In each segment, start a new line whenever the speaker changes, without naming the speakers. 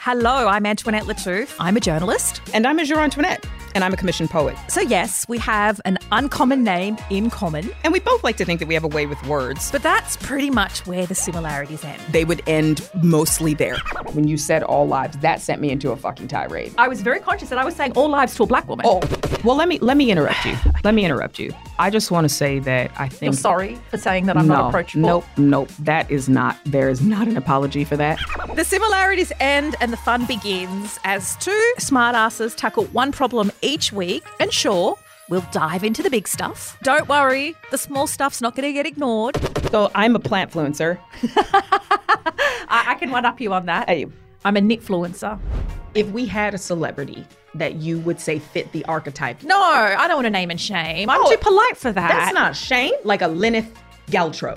Hello, I'm Antoinette Latouf. I'm a journalist.
And I'm Azure Antoinette, and I'm a commissioned poet.
So, yes, we have an uncommon name in common,
And we both like to think that we have a way with words.
but that's pretty much where the similarities end.
They would end mostly there. When you said all lives, that sent me into a fucking tirade.
I was very conscious that I was saying all lives to a black woman.
Oh, well, let me let me interrupt you. Let me interrupt you. I just want to say that I think.
I'm sorry for saying that I'm
no,
not approachable.
Nope, nope. That is not. There is not an apology for that.
The similarities end and the fun begins as two smartasses tackle one problem each week. And sure, we'll dive into the big stuff. Don't worry, the small stuff's not going to get ignored.
So I'm a plant fluencer.
I, I can one up you on that.
Hey,
I'm a nitfluencer.
if we had a celebrity that you would say fit the archetype,
No, I don't want to name and shame. I'm
Oh,
too polite for that.
that's not shame. Like a Lyneth Galtrow.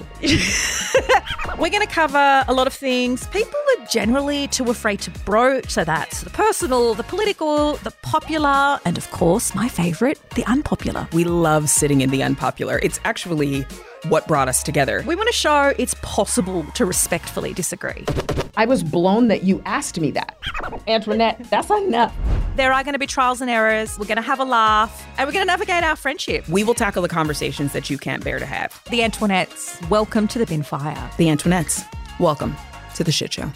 We're going to cover a lot of things. People are generally too afraid to broach, so that's the personal, the political, the popular, and of course, my favourite, the unpopular.
We love sitting in the unpopular. It's actually what brought us together.
We want to show it's possible to respectfully disagree.
I was blown that you asked me that. Antoinette, that's enough.
There are going to be trials and errors. We're going to have a laugh, and we're going to navigate our friendship.
We will tackle the conversations that you can't bear to have.
The Antoinettes, welcome to the bin fire.
The Antoinettes, welcome to the shit show.